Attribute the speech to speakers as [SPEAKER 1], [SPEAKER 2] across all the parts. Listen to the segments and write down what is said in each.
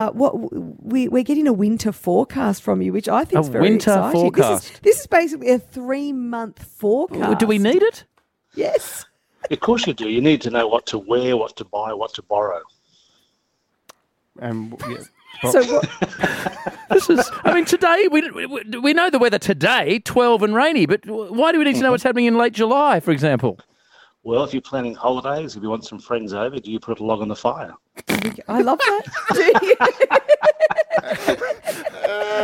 [SPEAKER 1] uh, what we, we're getting a winter forecast from you, which I think is
[SPEAKER 2] A
[SPEAKER 1] very
[SPEAKER 2] winter
[SPEAKER 1] exciting. This is,
[SPEAKER 2] forecast.
[SPEAKER 1] this is basically a three month forecast.
[SPEAKER 2] Do we need it?
[SPEAKER 1] Yes.
[SPEAKER 3] Of course you do. You need to know what to wear, what to buy, what to borrow.
[SPEAKER 4] Um, yeah.
[SPEAKER 1] So what,
[SPEAKER 2] This is. I mean, today we, we we know the weather today, twelve and rainy. But why do we need to know what's happening in late July, for example?
[SPEAKER 3] Well, if you're planning holidays, if you want some friends over, do you put a log on the fire?
[SPEAKER 1] I love that. Do you?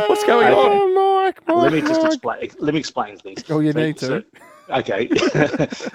[SPEAKER 2] What's going on?
[SPEAKER 4] Mike, Mike,
[SPEAKER 3] Let me just
[SPEAKER 4] Mike.
[SPEAKER 3] explain. Let me explain things.
[SPEAKER 4] Oh, you
[SPEAKER 3] So-
[SPEAKER 4] need to.
[SPEAKER 3] so- okay.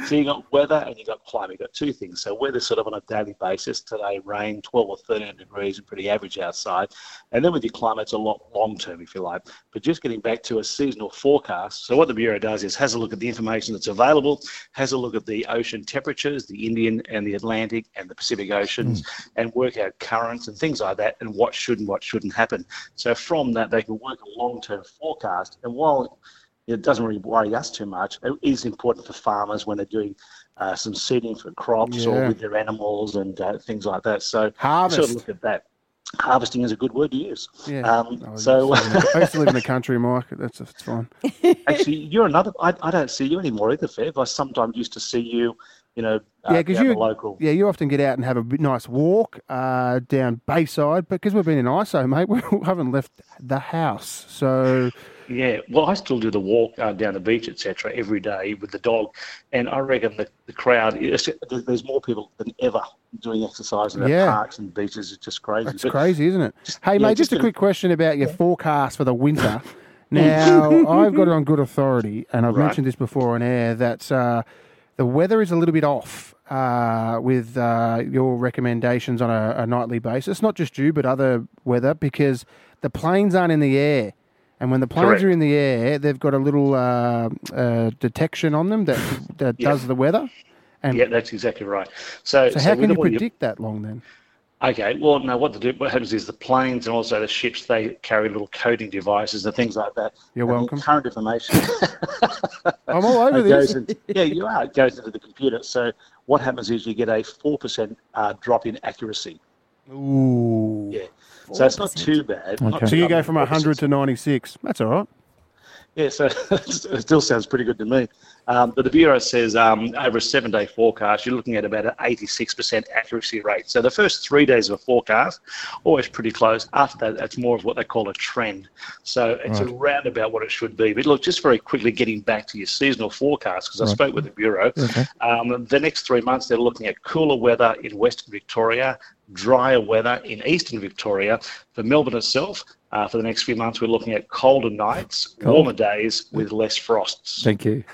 [SPEAKER 3] so you got weather and you got climate. You got two things. So weather sort of on a daily basis. Today, rain, twelve or thirteen degrees, and pretty average outside. And then with your climate, it's a lot long term, if you like. But just getting back to a seasonal forecast. So what the bureau does is has a look at the information that's available, has a look at the ocean temperatures, the Indian and the Atlantic and the Pacific oceans, and work out currents and things like that, and what should and what shouldn't happen. So from that, they can work a long term forecast. And while it doesn't really worry us too much. It is important for farmers when they're doing uh, some seeding for crops
[SPEAKER 4] Yeah.
[SPEAKER 3] or with their animals and uh, things like that. So sort
[SPEAKER 4] Harvest.
[SPEAKER 3] of look at that. Harvesting is a good word to use.
[SPEAKER 4] Yeah.
[SPEAKER 3] Um,
[SPEAKER 4] Oh,
[SPEAKER 3] so
[SPEAKER 4] I used to live in the- I used to live in the country, Mike. That's it's fine.
[SPEAKER 3] actually, you're another. I, I don't see you anymore either, Fev. I sometimes used to see you, you know, uh,
[SPEAKER 4] Yeah, 'cause
[SPEAKER 3] down
[SPEAKER 4] you-
[SPEAKER 3] the local.
[SPEAKER 4] Yeah, you often get out and have a bit nice walk uh, down Bayside, but because we've been in ISO, mate, we haven't left the house. So
[SPEAKER 3] Yeah, well, I still do the walk uh, down the beach, etc., every day with the dog, and I reckon the, the crowd. it's- there- There's more people than ever doing exercise in the
[SPEAKER 4] Yeah.
[SPEAKER 3] parks and beaches. It's just crazy.
[SPEAKER 4] that's
[SPEAKER 3] But-
[SPEAKER 4] crazy, isn't it? Hey,
[SPEAKER 3] yeah,
[SPEAKER 4] mate, just
[SPEAKER 3] just
[SPEAKER 4] a
[SPEAKER 3] a-
[SPEAKER 4] quick question about your forecast for the winter. Now, I've got it on good authority, and I've
[SPEAKER 3] Right.
[SPEAKER 4] mentioned this before on air, that uh, the weather is a little bit off uh, with uh, your recommendations on a, a nightly basis, not just you, but other weather, because the planes aren't in the air. And when the planes
[SPEAKER 3] Correct.
[SPEAKER 4] are in the air, they've got a little uh, uh, detection on them that, that
[SPEAKER 3] Yeah.
[SPEAKER 4] does the weather. And
[SPEAKER 3] Yeah, that's exactly right. So,
[SPEAKER 4] so, how
[SPEAKER 3] with
[SPEAKER 4] can you
[SPEAKER 3] all your-
[SPEAKER 4] predict that long then?
[SPEAKER 3] Okay, well, no, what they do, what happens is the planes and also the ships, they carry little coding devices and things like that.
[SPEAKER 4] You're
[SPEAKER 3] And the
[SPEAKER 4] welcome.
[SPEAKER 3] Current information.
[SPEAKER 4] I'm all over
[SPEAKER 3] it
[SPEAKER 4] this.
[SPEAKER 3] goes in, yeah, you are. It goes into the computer. So what happens is you get a 4% uh, drop in accuracy.
[SPEAKER 4] Ooh.
[SPEAKER 3] Yeah. So it's not too bad. not
[SPEAKER 2] Okay.
[SPEAKER 4] So
[SPEAKER 3] too-
[SPEAKER 4] you
[SPEAKER 3] I
[SPEAKER 4] go
[SPEAKER 3] mean,
[SPEAKER 4] from 100 to 96. That's all right.
[SPEAKER 3] Yeah, so it still sounds pretty good to me. Um, but the Bureau says um, over a seven day forecast, you're looking at about an 86% accuracy rate. So the first three days of a forecast, always pretty close. After that, that's more of what they call a trend. So it's around about what it should be. But look, just very quickly getting back to your seasonal forecast, because I spoke with the Bureau. Um, the next three months, they're looking at cooler weather in Western Victoria, drier weather in Eastern Victoria. For Melbourne itself, uh, for the next few months, we're looking at colder nights, warmer days with less frosts.
[SPEAKER 2] Thank you.